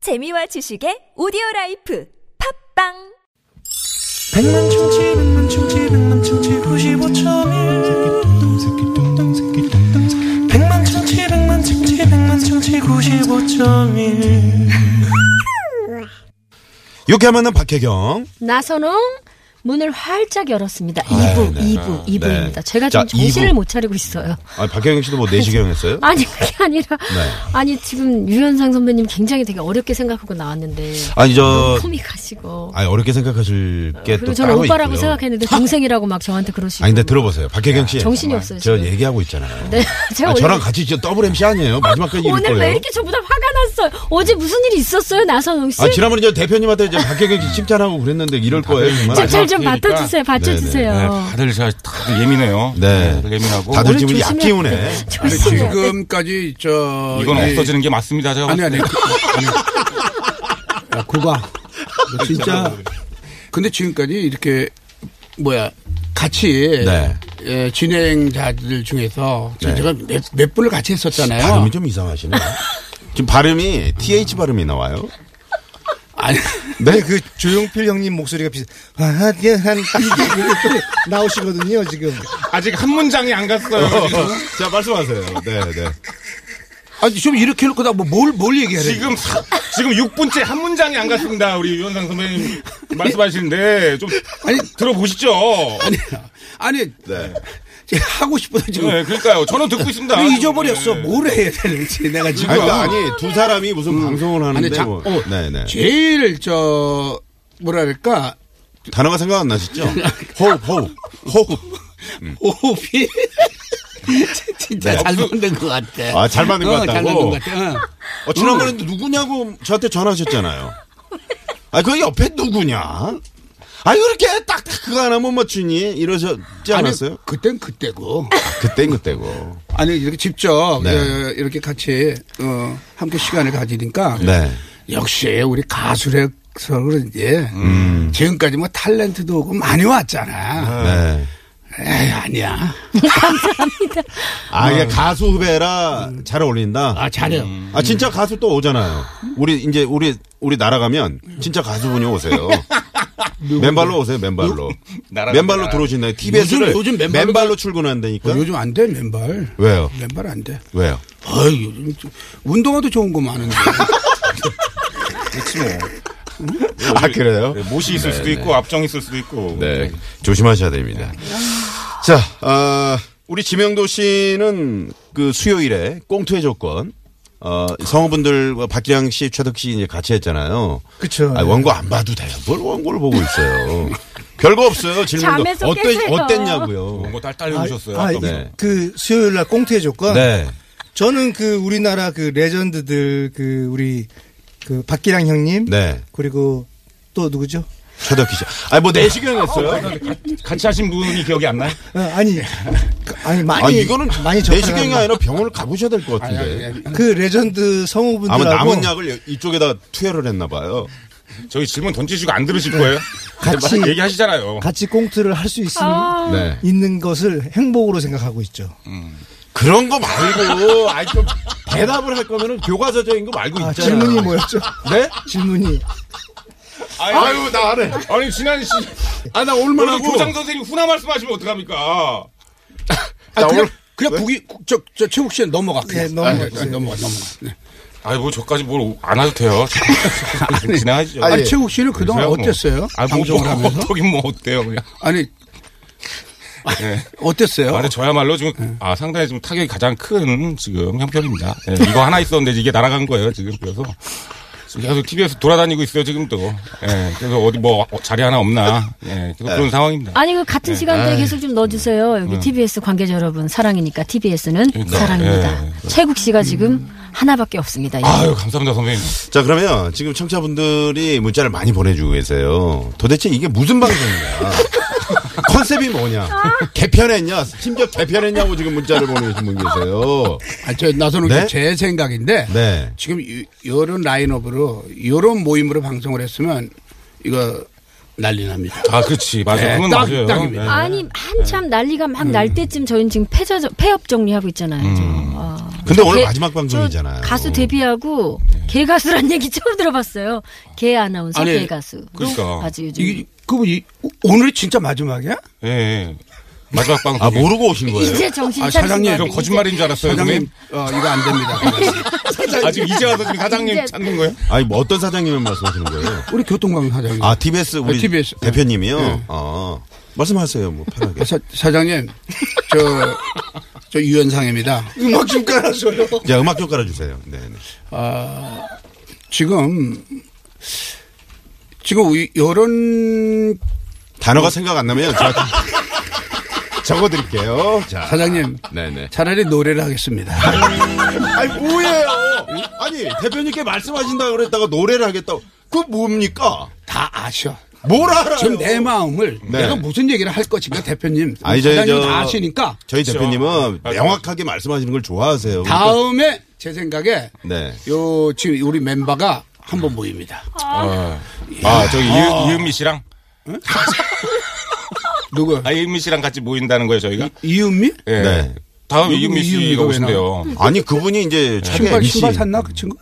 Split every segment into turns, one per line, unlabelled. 재미와 지식의 오디오 라이프 팝빵
백만 충치 백만 충치 백만 충치 95.1 백만 충치 백만 충치 백만 충치 95.1
이렇게 하면은 박혜경.
나선홍 문을 활짝 열었습니다. 2부,
네,
이
네.
2부, 2부입니다. 제가
자,
지금 정신을
이부.
못 차리고 있어요.
아, 박혜경 씨도 뭐 내시경 했어요?
아니 그게 아니라
네.
아니 지금 유현상 선배님 굉장히 되게 어렵게 생각하고 나왔는데
아니 저
폼이 가시고
아니 어렵게 생각하실 게 또 따로
그리고 저는 오빠라고
있고요. 아.
생각했는데 동생이라고 막 저한테 그러시고
아니 근데 들어보세요. 박혜경 씨.
정신이
정말
없어요,
저
지금.
얘기하고 있잖아요.
네, 제가
아니,
오늘-
저랑 같이 저 더블 MC 아니에요. 마지막까지 이럴
오늘
거예요.
왜 이렇게 저보다 화가 났어요? 어제 무슨 일이 있었어요, 나선홍 씨?
아 지난번에 저 대표님한테 저 박혜경 씨 칭찬하고 그랬는데 이럴 거예요. 정말.
칭찬 좀
마지막 기회니까.
받쳐주세요, 받쳐주세요.
네, 다들 자, 다들 예민해요.
네.
다들 예민하고
다들
오늘
지금
조심해야
약기운에.
돼.
아니,
조심해야 돼.
지금까지 저
이건
이-
없어지는 게 맞습니다. 제가
아니
봤을
아니.
때.
아니.
야, 고가. 너 진짜
근데 지금까지 이렇게 뭐야 같이
네.
예, 진행자들 중에서 지금
네.
제가 몇, 몇 분을 같이 했었잖아요.
발음이 좀 이상하시네. 지금 발음이 TH 발음이 나와요.
아니
네.
그 조용필 형님 목소리가 비슷. 아, 예, 한 이게 이렇게 나오시거든요 지금.
아직 한 문장이 안 갔어요.
자 말씀하세요. 네 네.
아니 좀 이렇게 해놓고 나 뭐 뭘 뭘 얘기하래?
지금 사- 지금 6분째 한 문장이 안 갔습니다. 우리 유현상 선배님 말씀하시는데 네, 좀
아니
들어보시죠.
아니 아니
네.
제가 하고 싶어서 지금
네, 그러니까요. 저는 듣고 있습니다. 네.
그냥 잊어버렸어. 뭐- 뭘 해야 되는지 내가 지금
네. 아니, 그러니까 아니 두 사람이 무슨 방송을 하는데
음. 아니, 자-
뭐,
어.
네네
제일 저 뭐랄까
단어가 생각 안 나시죠? 호흡 호흡 호흡 음.
호흡이 진짜
네.
잘 만든 것 같아.
아, 잘 만든 것
어, 잘
같다고?
만든 것 같아. 응.
어, 지난번에
음.
누구냐고 저한테 전화하셨잖아요. 아, 그 옆에 누구냐? 아, 이렇게 딱 그거 하나 못 맞추니? 이러셨지 않았어요?
그땐 그때고.
그땐 그때고.
아니, 이렇게 직접,
네.
어, 이렇게 같이, 어, 함께 시간을 가지니까.
네.
역시 우리 가수라서 그런지. 지금까지 뭐 탤런트도 오고 많이 왔잖아.
음. 네.
에이, 아니야.
아, 이게 가수 후배라 잘 어울린다?
음. 아, 잘해요.
아, 진짜 가수 또 오잖아요. 우리, 이제, 우리, 우리 날아가면 진짜 가수분이 오세요. 맨발로 오세요, 맨발로.
날아가면
맨발로
날아가.
들어오신다. TBS를
요즘- 요즘 맨발로-
맨발로 출근한다니까?
어, 요즘 안 돼, 맨발.
네? 왜요?
맨발 안 돼.
왜요?
어이, 요즘 좀 운동화도 좋은 거 많은데. 아,
그렇지 뭐.
아, 그래요?
네, 못이 있을 수도 있고 앞정 있을 수도 있고.
네. 조심하셔야 됩니다. 자, 아, 우리 지명도 씨는 그 수요일에 꽁투의 조건, 어, 성우분들, 박기량 씨, 최덕 씨 이제 같이 했잖아요.
그쵸.
아, 원고 안 봐도 돼요. 뭘 원고를 보고 있어요. 별거 없어요. 질문도.
잠에서
어때,
깨서.
어땠냐고요.
뭔가 딸딸
아,
해주셨어요.
아,
아까
네.
그 수요일 날 꽁트의 조건.
네.
저는 그 우리나라 그 레전드들 그 우리 그 박기량 형님.
네.
그리고 또 누구죠?
최덕 씨. 아니, 뭐 내시경 했어요?
같이 하신 분이 기억이 안 나요?
어, 아니 그, 아니 많이
아, 이거는
많이
내시경이
접하다가
아니라 병원을 가보셔야 될 것 같은데.
그 레전드 성우분들하고
아마 남은 약을 이쪽에다 투여를 했나 봐요.
저희 질문 던지시고 안 들으실 거예요?
같이-
얘기하시잖아요.
같이 꽁트를 할 수 있음
네.
있는 것을 행복으로 생각하고 있죠.
그런 거 말고, 아니, 좀, 대답을 할 거면은 교과서적인 거 말고
아,
있잖아요.
질문이 뭐였죠?
네?
질문이
아유,
아유, 나 안 해.
아니 지난 시
아, 나
오늘
올만하고.
교장 선생님 훈화 말씀하시면 어떡합니까?
아, 그냥,
오늘-
그냥 북이, 저, 저, 최국 씨는 넘어가. 그냥.
네, 넘어가.
아, 그냥 넘어가, 넘어가. 네.
아니 뭐 저까지 뭘 안 하도 돼요. 지나가시죠.
아니,
아니,
최국 씨는 그동안
그래서요, 뭐.
어땠어요?
아, 뭐,
방송을
뭐,
하면서?
어떻긴 뭐 어때요 그냥.
아니,
예.
어땠어요?
아니 저야말로 지금 아 상당히 지금 타격이 가장 큰 지금 형편입니다. 예, 이거 하나 있었는데 이게 날아간 거예요 지금 그래서 지금 계속 TV에서 돌아다니고 있어요 지금 또. 예, 그래서 어디 뭐 어, 자리 하나 없나. 예,
네.
계속 그런 상황입니다.
아니 그 같은 시간대에 계속 좀 넣어주세요. 여기 TBS 관계자 여러분 사랑이니까 TBS는
그러니까,
사랑입니다.
예, 예.
최국 씨가 지금 하나밖에 없습니다. 예. 이제.
아유 감사합니다 선배님.
자, 그러면 지금 청취자분들이 문자를 많이 보내주고 계세요. 도대체 이게 무슨 방송이냐. 컨셉이 뭐냐. 개편했냐. 심지어 개편했냐고 지금 문자를 보내주신 분 계세요.
아, 저 나서는
네?
제 생각인데
네.
지금 이- 요런 라인업으로 요런 모임으로 방송을 했으면 이거 난리 납니다.
아 그렇지 맞아요.
네,
그건
딱,
맞아요.
딱입니다.
예.
아니 한참 난리가 막 날 때쯤 저희는 지금 폐업 정리하고 있잖아요. 지금. 아.
근데 오늘
개-
마지막 방송이잖아요.
저 가수 데뷔하고 개 가수란 얘기 처음 들어봤어요. 개 아나운서,
아니,
개 가수.
그러니까.
아주 요즘
이게 그분 이 오늘이 진짜 마지막이야?
예, 예. 마지막 방송.
아 모르고 오신 거예요?
이제 정신
아,
차리신
사장님,
것
그럼
같아요.
거짓말인 줄 알았어요.
사장님 어, 이거 안 됩니다.
사장님. 아, 지금 이제 와서 지금 사장님
이제-
찾는 거예요?
아니 뭐 어떤 사장님을 말씀하시는 거예요?
우리 교통방송 사장님.
아 TBS 우리
아, TBS.
대표님이요.
네. 아,
아 말씀하세요 뭐 편하게.
사, 사장님 저. 저 유현상입니다. 음악 좀 깔아줘요.
자 음악 좀 깔아주세요. 네네.
지금 지금 이- 이런
단어가 생각 안 나면 제가 적어드릴게요. 자
사장님
네네.
차라리 노래를 하겠습니다.
아니 뭐예요? 아니 대표님께 말씀하신다 그랬다가 노래를 하겠다고 그 뭡니까?
다 아셔.
뭘 알아요?
지금 내 마음을
네.
내가 무슨 얘기를 할 것인가 대표님.
아니, 저희
사장님
저-
다 아시니까 그렇죠.
저희 대표님은 명확하게 말씀하시는 걸 좋아하세요.
다음에 제 생각에
네.
요 지금 우리 멤버가 한 번 모입니다.
아, 저기 이, 이은미 씨랑?
누구?
아, 이은미 씨랑 같이 모인다는 거예요, 저희가?
이은미?
예.
네.
다음
이은미,
이은미 씨가
이은미가 왜
오신대요.
아니 그분이 이제 자기
신발
MC
신발 샀나 그 친구?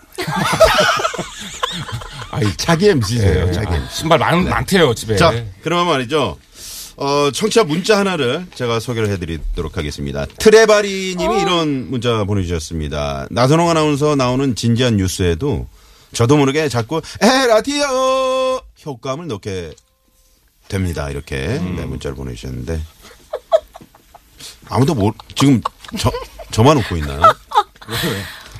아니, 자기 MC세요.
네.
예.
자기
아,
MC.
신발 많, 많대요, 집에.
자 그러면 말이죠. 어, 청취자 문자 하나를 제가 소개를 해드리도록 하겠습니다. 트레바리님이
어.
이런 문자 보내주셨습니다. 나선홍 아나운서 나오는 진지한 뉴스에도 저도 모르게 자꾸 에 라디오 효과음을 넣게 됩니다. 이렇게
음.
네, 문자를 보내주셨는데 아무도 모 지금 저 저만 웃고 있나요?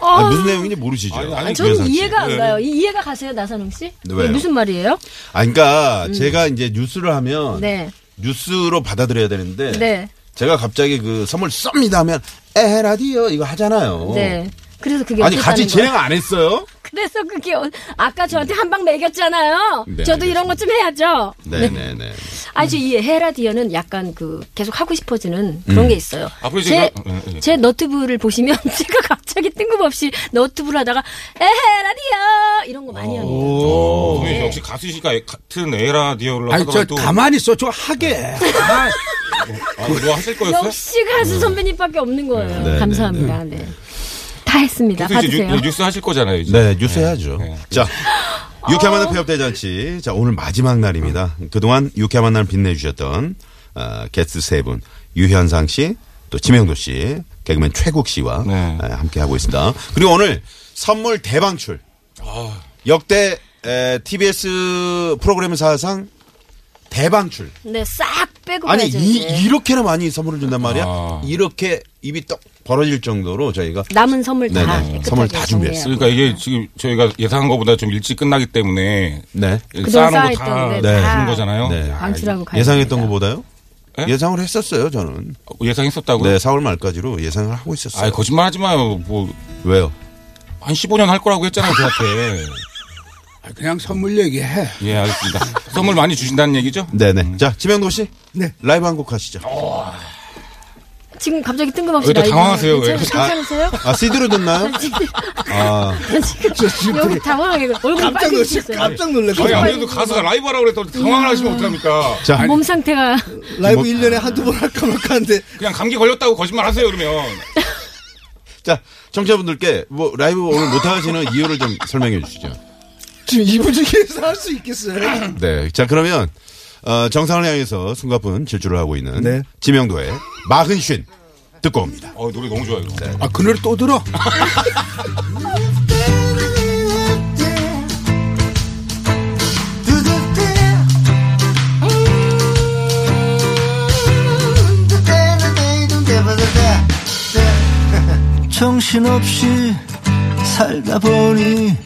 아니, 무슨 내용인지 모르시죠? 예,
아니, 아니,
어. 아니,
개
저는
사실.
이해가
네.
안 가요. 이, 이해가 가세요, 나선홍 씨?
네, 왜요?
이게 무슨 말이에요?
아, 그러니까 제가 이제 뉴스를 하면
음. 네.
뉴스로 받아들여야 되는데
네.
제가 갑자기 그 선물 썹니다 하면 에 라디오 이거 하잖아요.
네. 그래서 그게
어. 아니
어땠다는
같이
거예요?
진행 안 했어요?
그래서 그게 어- 아까 저한테 한 방 매겼잖아요.
네,
저도 이런 것 좀 해야죠.
네네네.
아니 저이 헤라디언은 약간 그 계속 하고 싶어지는 그런 게 있어요.
앞으로
제,
제가- 예, 예.
제 너트브를 보시면 제가 갑자기 뜬금없이 너트브를 하다가 에헤라디언 이런 거 많이 합니다.
어, 역시 가수시니까 같은 에라디오를
아니 저
하다가 또.
가만히 있어 좀 하게.
아, 뭐 하실 거였어요?
역시 가수 선배님밖에 없는 거예요.
네,
감사합니다. 네. 다 했습니다.
그래서 이제
받으세요.
뉴, 뉴스 하실 거잖아요, 이제.
네 뉴스 해야죠.
네.
자
아.
유쾌한 만남 폐업 대잔치 자 오늘 마지막 날입니다.
음.
그동안 유쾌한 만남 빛내주셨던 어, 게스트 세 분 유현상 씨 또 지명도 씨 개그맨 최국 씨와 어,
네.
함께 하고 있습니다. 그리고 오늘 선물 대방출
아.
역대 에, TBS 프로그램 사상 대방출
네, 싹 빼고
아니
가야죠.
이,
이제.
이렇게나 많이 선물을 준단 말이야.
아.
이렇게 입이 떡 벌어질 정도로 저희가
남은 선물 다
네네.
깨끗하게
선물 다 준비했어요.
정리하고.
그러니까 이게 지금 저희가 예상한 것보다 좀 일찍 끝나기 때문에
네.
쌓아놓은
쌓아있던
거다
게 다
주는 거잖아요.
네.
방출하고 가야
예상했던 뭐.
됩니다.
것보다요?
예?
예상을 했었어요, 저는.
어, 예상했었다고요?
네, 4월 말까지로 예상을 하고 있었어요.
아, 거짓말 하지 마요. 뭐 한
왜요?
15년 할 거라고 했잖아요, 저한테.
그냥 선물 얘기해.
예, 알겠습니다. 선물 많이 주신다는 얘기죠?
네네. 자, 지명도 씨.
네.
라이브 한 곡 하시죠.
지금 갑자기 뜬금없이
왜또
라이브
당황하세요, 왜?
괜찮- 괜찮으세요?
아, CD로 듣나요? 아,
지금 그러니까 여기 당황하게 그 얼굴
깜짝
빨개지고
놀랐어요.
있어요.
깜짝 놀랐어요.
아니, 아무래도 가수가 라이브 하라고 그랬더니 당황을 하시면 어떡합니까?
자,
몸 상태가
음.
뭐-
라이브 일 1년에 한두 번 할까 말까 하는데
그냥 감기 걸렸다고 거짓말 하세요, 그러면.
자, 청취자분들께 뭐 라이브 오늘 못 하시는 이유를 좀 설명해 주시죠.
지금 이분 중에서 할 수 있겠어요?
네. 자, 그러면 어, 정상을 향해서 숨가쁜 질주를 하고 있는
네.
지명도의 마흔쉰 듣고 옵니다.
어, 노래 너무 좋아요.
아 그 노래 또 들어?
정신없이 살다 보니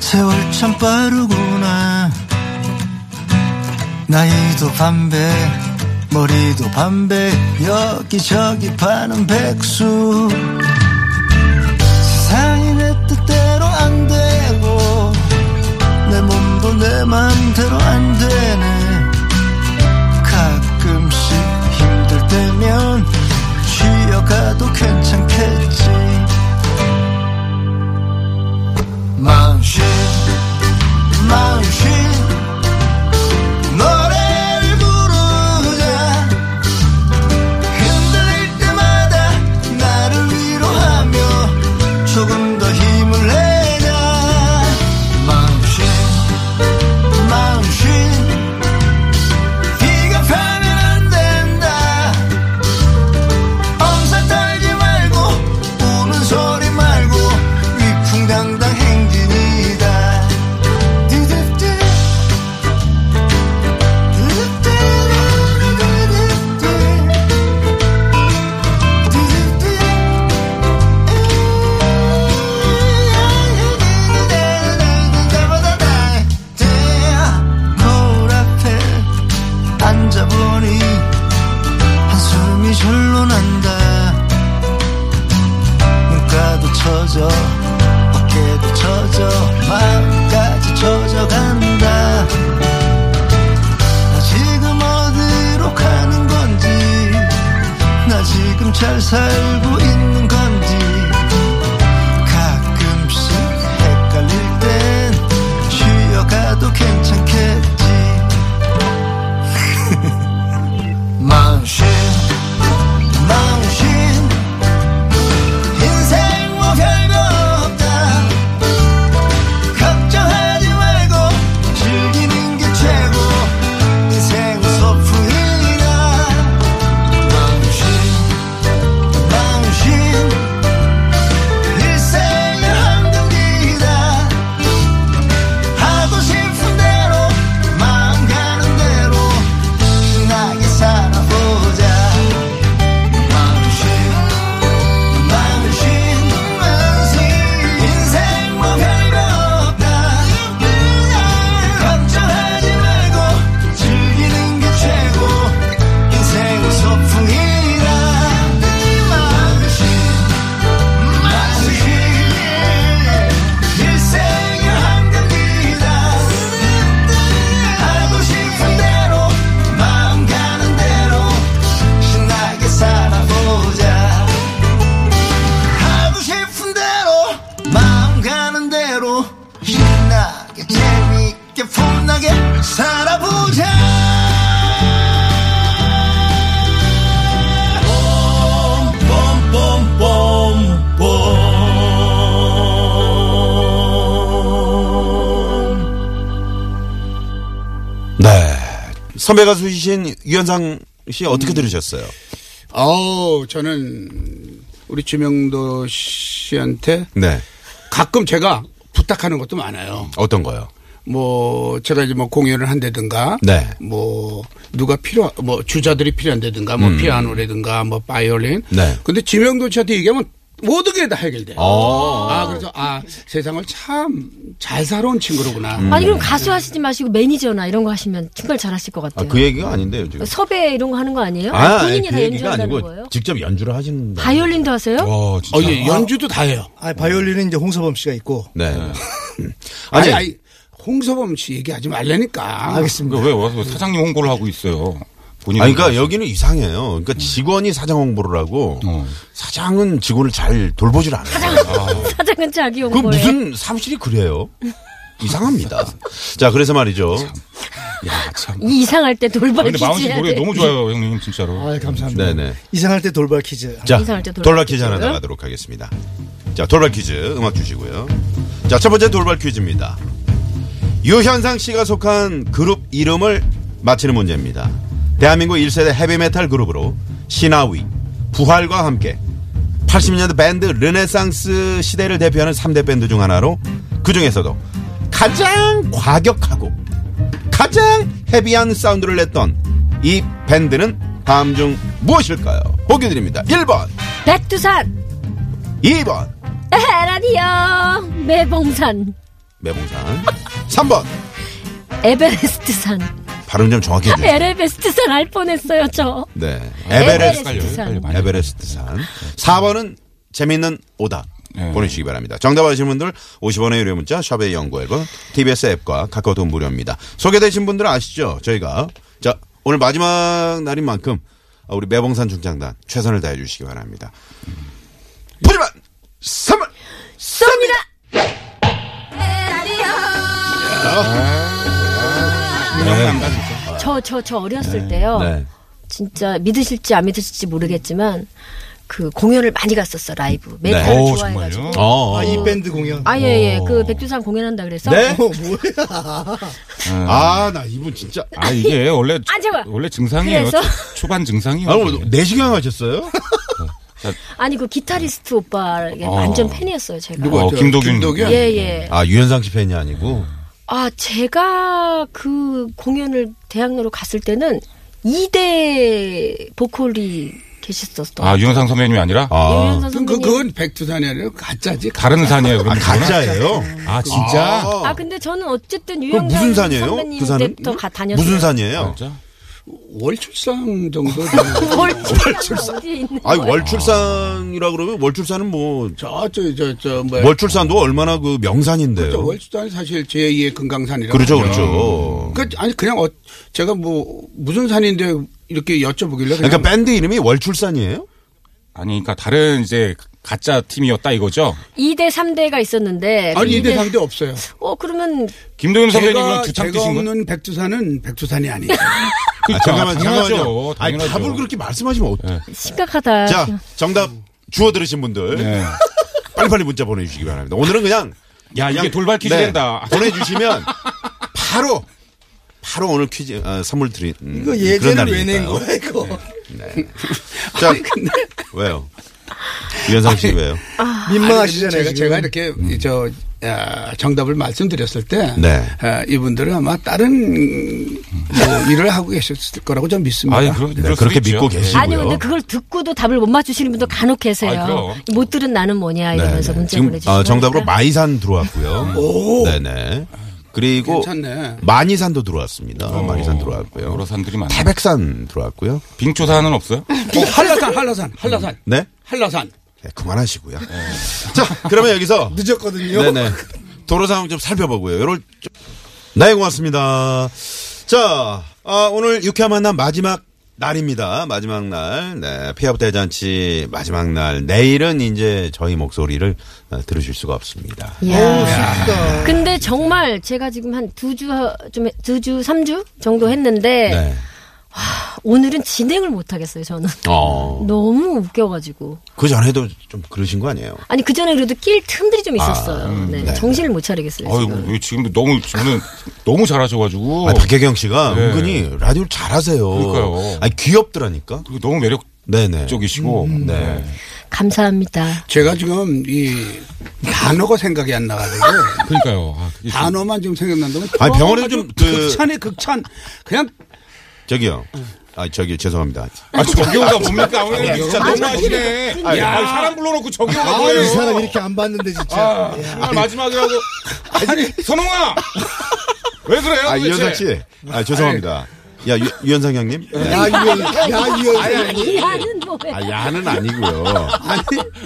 세월 참 빠르구나 나이도 반배 머리도 반배 여기저기 파는 백수 세상이 내 뜻대로 안 되고 내 몸도 내 맘대로 안 되네 가끔씩 힘들 때면 쉬어가도 괜찮겠지 마음씨 마음씨 노래를 부르자 흔들릴 때마다 나를 위로하며 살고 있는 건지 가끔씩 헷갈릴 땐 쉬어가도 괜찮겠지 망신 망신 인생 뭐 별거 없다 걱정하지 말고 즐기는 게 최고 인생은 뭐 소풍이다 당신 당신 일생의 한 경기다 하고 싶은 대로 마음 가는 대로 신나게 살아보자 당신 당신 당신 인생 뭐 별거 없다 걱정하지 말고 즐기는 게 최고 인생은 소풍이라 망신 망신 일생의 한강이다 하고 싶은 대로 마음 가는 대로 신나게 살아보자 하고 싶은 대로 마음 가는 대로 신나게 재밌게 폼나게 살아보자
네. 선배 가수이신 유현상 씨 어떻게 들으셨어요?
어우, 저는 우리 주명도 씨한테
네.
가끔 제가 부탁하는 것도 많아요.
어떤 거요?
뭐 제가 이제 뭐 공연을 한다든가
네.
뭐 누가 필요 뭐 주자들이 필요한다든가 뭐 피아노라든가 뭐 바이올린
네.
근데 지명도 씨한테 얘기하면 모든 게 다 해결돼요.
어.
아 그래서 아 세상을 참 잘 살아온 친구로구나.
아니 그럼 가수 하시지 마시고 매니저나 이런 거 하시면 정말 잘하실 것
아,
같아요.
그 얘기가 아닌데요, 지금.
섭외 이런 거 하는 거 아니에요?
아, 아니,
본인이
그
다
얘기가
연주한다는
아니고
거예요?
직접 연주를 하신다.
바이올린도 하세요?
와, 진짜.
어, 예, 연주도 다 해요.
아, 바이올린은 이제 홍서범 씨가 있고.
네.
아니,
아니,
아니 홍서범 씨 얘기하지 말라니까.
그러니까 왜 와서 사장님 홍보를 하고 있어요? 본인
아니, 그러니까 여기는 이상해요. 그러니까
음.
직원이 사장 홍보를 하고
어.
사장은 직원을 잘 돌보질 않아요.
사장은 자기
그
홍보에.
무슨 사무실이 그래요? 이상합니다. 자, 그래서 말이죠.
이 이상할 때 돌발
아, 근데 마운 씨
퀴즈 해야
노래
돼.
너무 좋아요, 형님 진짜로.
아, 감사합니다.
네네.
이상할 때 돌발 퀴즈.
자,
이상할 때 돌발
돌발 퀴즈 하나
퀴즈.
나가도록 하겠습니다. 자, 돌발 퀴즈 음악 주시고요. 자, 첫 번째 돌발 퀴즈입니다. 유현상 씨가 속한 그룹 이름을 맞히는 문제입니다. 대한민국 1세대 헤비메탈 그룹으로 신화위, 부활과 함께 80년대 밴드 르네상스 시대를 대표하는 3대 밴드 중 하나로 그 중에서도 가장 과격하고 가장 헤비한 사운드를 냈던 이 밴드는 다음 중 무엇일까요? 보기 드립니다. 1번,
백두산,
2번,
에헤라디어, 매봉산,
매봉산, 3번.
에베레스트산.
발음 좀 정확히 해주세요.
에베레스트산 알 뻔했어요 저.
네.
에베레스트.
에베레스트.
산.
헷갈려, 많이.
에베레스트산. 4번은 재미있는 오답.
네.
보내주시기 바랍니다. 정답 아시는 분들 50원의 유료 문자 샵의 연구 앨범 TBS 앱과 카카오톡 무료입니다. 소개되신 분들은 아시죠? 저희가 자 오늘 마지막 날인 만큼 우리 매봉산 중장단 최선을 다해 주시기 바랍니다. 보지만 3월
명남다 진짜.
저 저 저 어렸을 때요.
네.
진짜 믿으실지 안 믿으실지 모르겠지만 그 공연을 많이 갔었어 라이브
네.
메탈을
오,
좋아해가지고.
정말요?
어.
아, 이 밴드 공연.
아예예 그 백두산 공연한다 그래서.
네?
어, 뭐야.
아, 나 이분 진짜.
아 이게 원래
아, 제발.
원래 증상이에요.
그래서?
초- 초반 증상이에요.
아,
이게.
오늘 4시간 하셨어요?
아니 그 기타리스트 오빠 가
어.
완전 팬이었어요 제가.
누구
어,
저
김도균.
김도균?
예 예.
아, 유현상 씨 팬이 아니고.
아 제가 그 공연을 대학로로 갔을 때는 2대 보컬이 계셨었던.
아 윤상 선배님이 아니라
아,
유현선
그, 그,
선배님.
그건 백두산이 아니라 가짜지.
다른 산이에요.
아
그럼
가짜예요?
아 진짜.
아 근데 저는 어쨌든
그
유영상
무슨 산이에요?
선배님
그 산은?
때부터 가 다녔어요.
무슨 산이에요?
진짜?
월출상 정도. 되는
월출산 어디에 있는?
아니 월출산이라 그러면 월출산은 뭐
저, 저, 저, 저, 뭐.
월출산도 얼마나 그
저
명산인데요.
그렇죠. 월수단이 사실 제2의 금강산이라고.
그렇죠,
하죠.
그렇죠.
그, 아니, 그냥, 어, 제가 뭐, 무슨 산인데 이렇게 여쭤보길래. 그냥
그러니까 밴드 이름이 월출산이에요?
아니 그러니까 다른 이제 가짜 팀이었다 이거죠.
2대 3대가 있었는데
아니
그
이대
이대-
상대 없어요.
어 그러면
김도윤 선배님은
제가
두창
제가
뛰신 거.
없는 백두산은 백두산이 아니에요.
아, 잠깐만, 잠깐만요.
당연하죠. 네.
아니,
당연하죠.
답을 그렇게 말씀하시면 어떡해.
심각하다.
자, 정답 주워 들으신 분들
네.
빨리빨리 문자 보내주시기 바랍니다. 오늘은 그냥
야 이게
그냥-
돌발 퀴즈
네,
된다.
보내주시면 바로 바로 오늘 퀴즈 아, 선물 드린 음,
이거
그런
예제를 왜
날이니까요. 네.
낸 거야 이거?
자, 왜요? 유현상 씨 왜요?
민망하시잖아요.
제가,
지금.
제가 이렇게 이저 야, 정답을 말씀드렸을 때
네.
아, 이분들은 아마 다른 뭐 일을 하고 계셨을 거라고 좀 믿습니다.
아니 그럼
네, 그렇게 믿고 계시고요.
아니 근데 그걸 듣고도 답을 못 맞추시는 분도 간혹 계세요.
아이, 그럼.
못 들은 나는 뭐냐
네, 네.
이러면서 문자
지금
보내주시고
어, 정답으로
하니까.
마이산 들어왔고요. 네네. 그리고
괜찮네.
마니산도 들어왔습니다. 마니산 들어왔고요.
여러 산들이 많네.
태백산 들어왔고요.
빙초산은 없어요?
어, 한라산, 한라산, 한라산,
네?
한라산.
네, 그만하시고요. 자, 그러면 여기서
늦었거든요.
네네. 도로 상황 좀 살펴보고요. 요럴 좀... 네, 고맙습니다. 자, 아, 오늘 유쾌한 만남 마지막 날입니다. 마지막 날. 네, 폐업 대잔치 마지막 날. 내일은 이제 저희 목소리를 어, 들으실 수가 없습니다.
근데 정말 제가 지금 한 두주좀두주삼주 정도 했는데
네.
오늘은 진행을 못 하겠어요 저는
어.
너무 웃겨가지고
그 전에도 좀 그러신 거 아니에요?
아니 그 전에 그래도 낄 틈들이 좀 있었어요 네, 정신을 못 차리겠어요 지금.
어이구 지금도 너무 저는 너무 잘하셔가지고
아니, 박혜경 씨가
네.
은근히 라디오를 잘하세요.
그러니까요.
아니, 귀엽더라니까?
그리고 너무 매력적이시고
네네.
네.
감사합니다
제가 지금 이 단어가 생각이 안 나가지고
그러니까요. 아, 그게 좀-
단어만 지금 생각난다면
아니, 병원에
좀
좀 그-
극찬에 극찬 그냥
저기요. 아, 저기요. 죄송합니다.
아, 저기요가 뭡니까? 오늘 진짜 너무 하시네.
아니,
야, 아니, 사람 불러놓고 저기요가
아,
뭐예요?
이 사람 이렇게 안 봤는데 진짜.
아, 정말 마지막이라고. 아니, 선홍아! 왜 그래요?
아,
도대체?
유현상 씨. 아, 죄송합니다. 네. 야, 유, 유현상 형님? 네.
야, 이거, 야, 이거.
나는 뭐야
아, 야는 아니고요. 아니,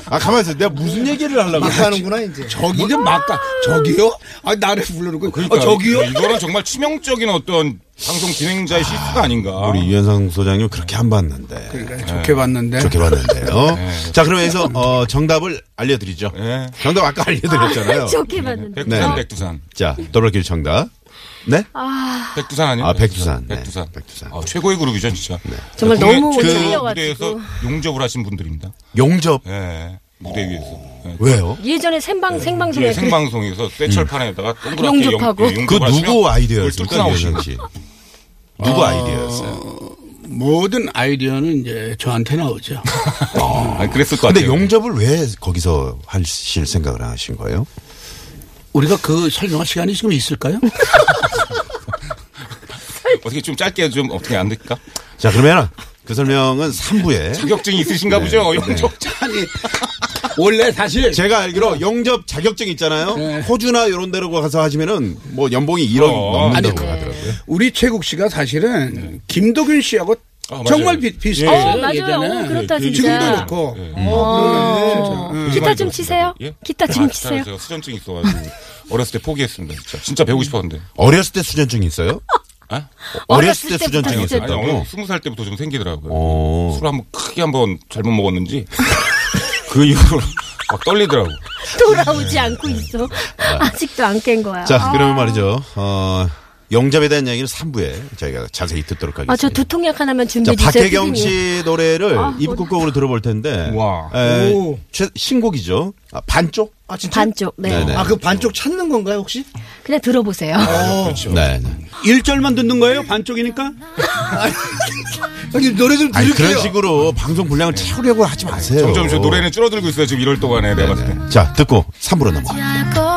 아 가만 있어. 내가 무슨 얘기를 하려고
막 하는구나, 이제.
저기는 막가 저기요? 아 나를 불러놓고
그러니까
어, 저기요?
이거는 정말 치명적인 어떤 방송 진행자의 실수가 아닌가.
우리 유현상 소장님 그렇게 안 봤는데.
그러니까 좋게 봤는데
좋게 봤는데요. 자, 그럼 여기서 어, 정답을 알려드리죠.
네.
정답 아까 알려드렸잖아요. 어.
좋게 봤는데
백두산,
네.
백두산.
자, 더블킬 정답. 네?
백두산 아니에요?
아, 백두산. 네,
백두산.
백두산. 네.
아, 최고의 그룹이죠, 진짜.
정말
국내
너무
최고
틀려가지고.
그 무대에서 용접을 하신 분들입니다.
용접.
예. 무대 위에서. 예.
왜요?
예전에 생방 생방송에
예,
그-
생방송에서 쇠철판에다가 동그랗게
음. 용접하고.
용- 예,
그
용접을
누구
하시면 그걸 뚫고
아이디어였습니까?
나오신
유현상 씨. 누구 아이디어였어요?
모든 아이디어는 이제 저한테 나오죠.
아, 그랬을 것
근데
같아요.
용접을 왜 거기서 하실 생각을 하신 거예요?
우리가 그 설명할 시간이 지금 있을까요?
어떻게 좀 짧게 좀 어떻게 안 될까?
자, 그러면 그 설명은 3부에
자격증이 있으신가
네.
보죠? 용접자.
아니 원래 사실
제가 알기로 영접 자격증 있잖아요. 호주나 이런 데로 가서 하시면은 뭐 연봉이 1억
어.
넘는다고
아니, 그
하더라고요.
우리 최국 씨가 사실은 김도균 씨하고
아,
정말
맞아요.
비,
어,
비슷해요.
맞아요.
예전에.
그렇다,
지금도
진짜.
그렇고
어, 기타 좀 치세요
예?
기타
아,
좀
기타를
치세요
제가 수전증 있어가지고 어렸을 때 포기했습니다. 진짜 진짜 배우고 싶었는데.
어렸을 때 수전증 있어요?
아?
어렸을
어렸을
때
때부터
수전증이
수전증.
아니, 어느
있었다고?
스무 살 때부터 좀 생기더라고요.
오.
술 한번 크게 한번 잘못 먹었는지 그 이후로 막 떨리더라고.
돌아오지 않고 있어 음. 아직도 안 깬 거야
자, 그러면 말이죠. 어, 영접에 대한 이야기는 3부에 저희가 자세히 듣도록 하겠습니다.
아 저 두통약 하나만
자,
준비해 주세요.
박혜경
피디님. 아,
씨 노래를 입국곡으로 들어볼 텐데.
와.
에,
오.
최- 신곡이죠. 아, 반쪽?
아, 진짜?
반쪽. 네.
네네.
아, 그 반쪽 찾는 건가요, 혹시?
그냥 들어보세요.
네. 네.
일절만 듣는 거예요? 반쪽이니까?
형님, 노래 좀
아니,
들을게요.
그런 식으로 방송 분량을 채우려고 하지 마세요.
점점 저 노래는 줄어들고 있어요. 지금 이럴 동안에 내가 봤을 때.
자, 듣고 3부로 넘어가.
않고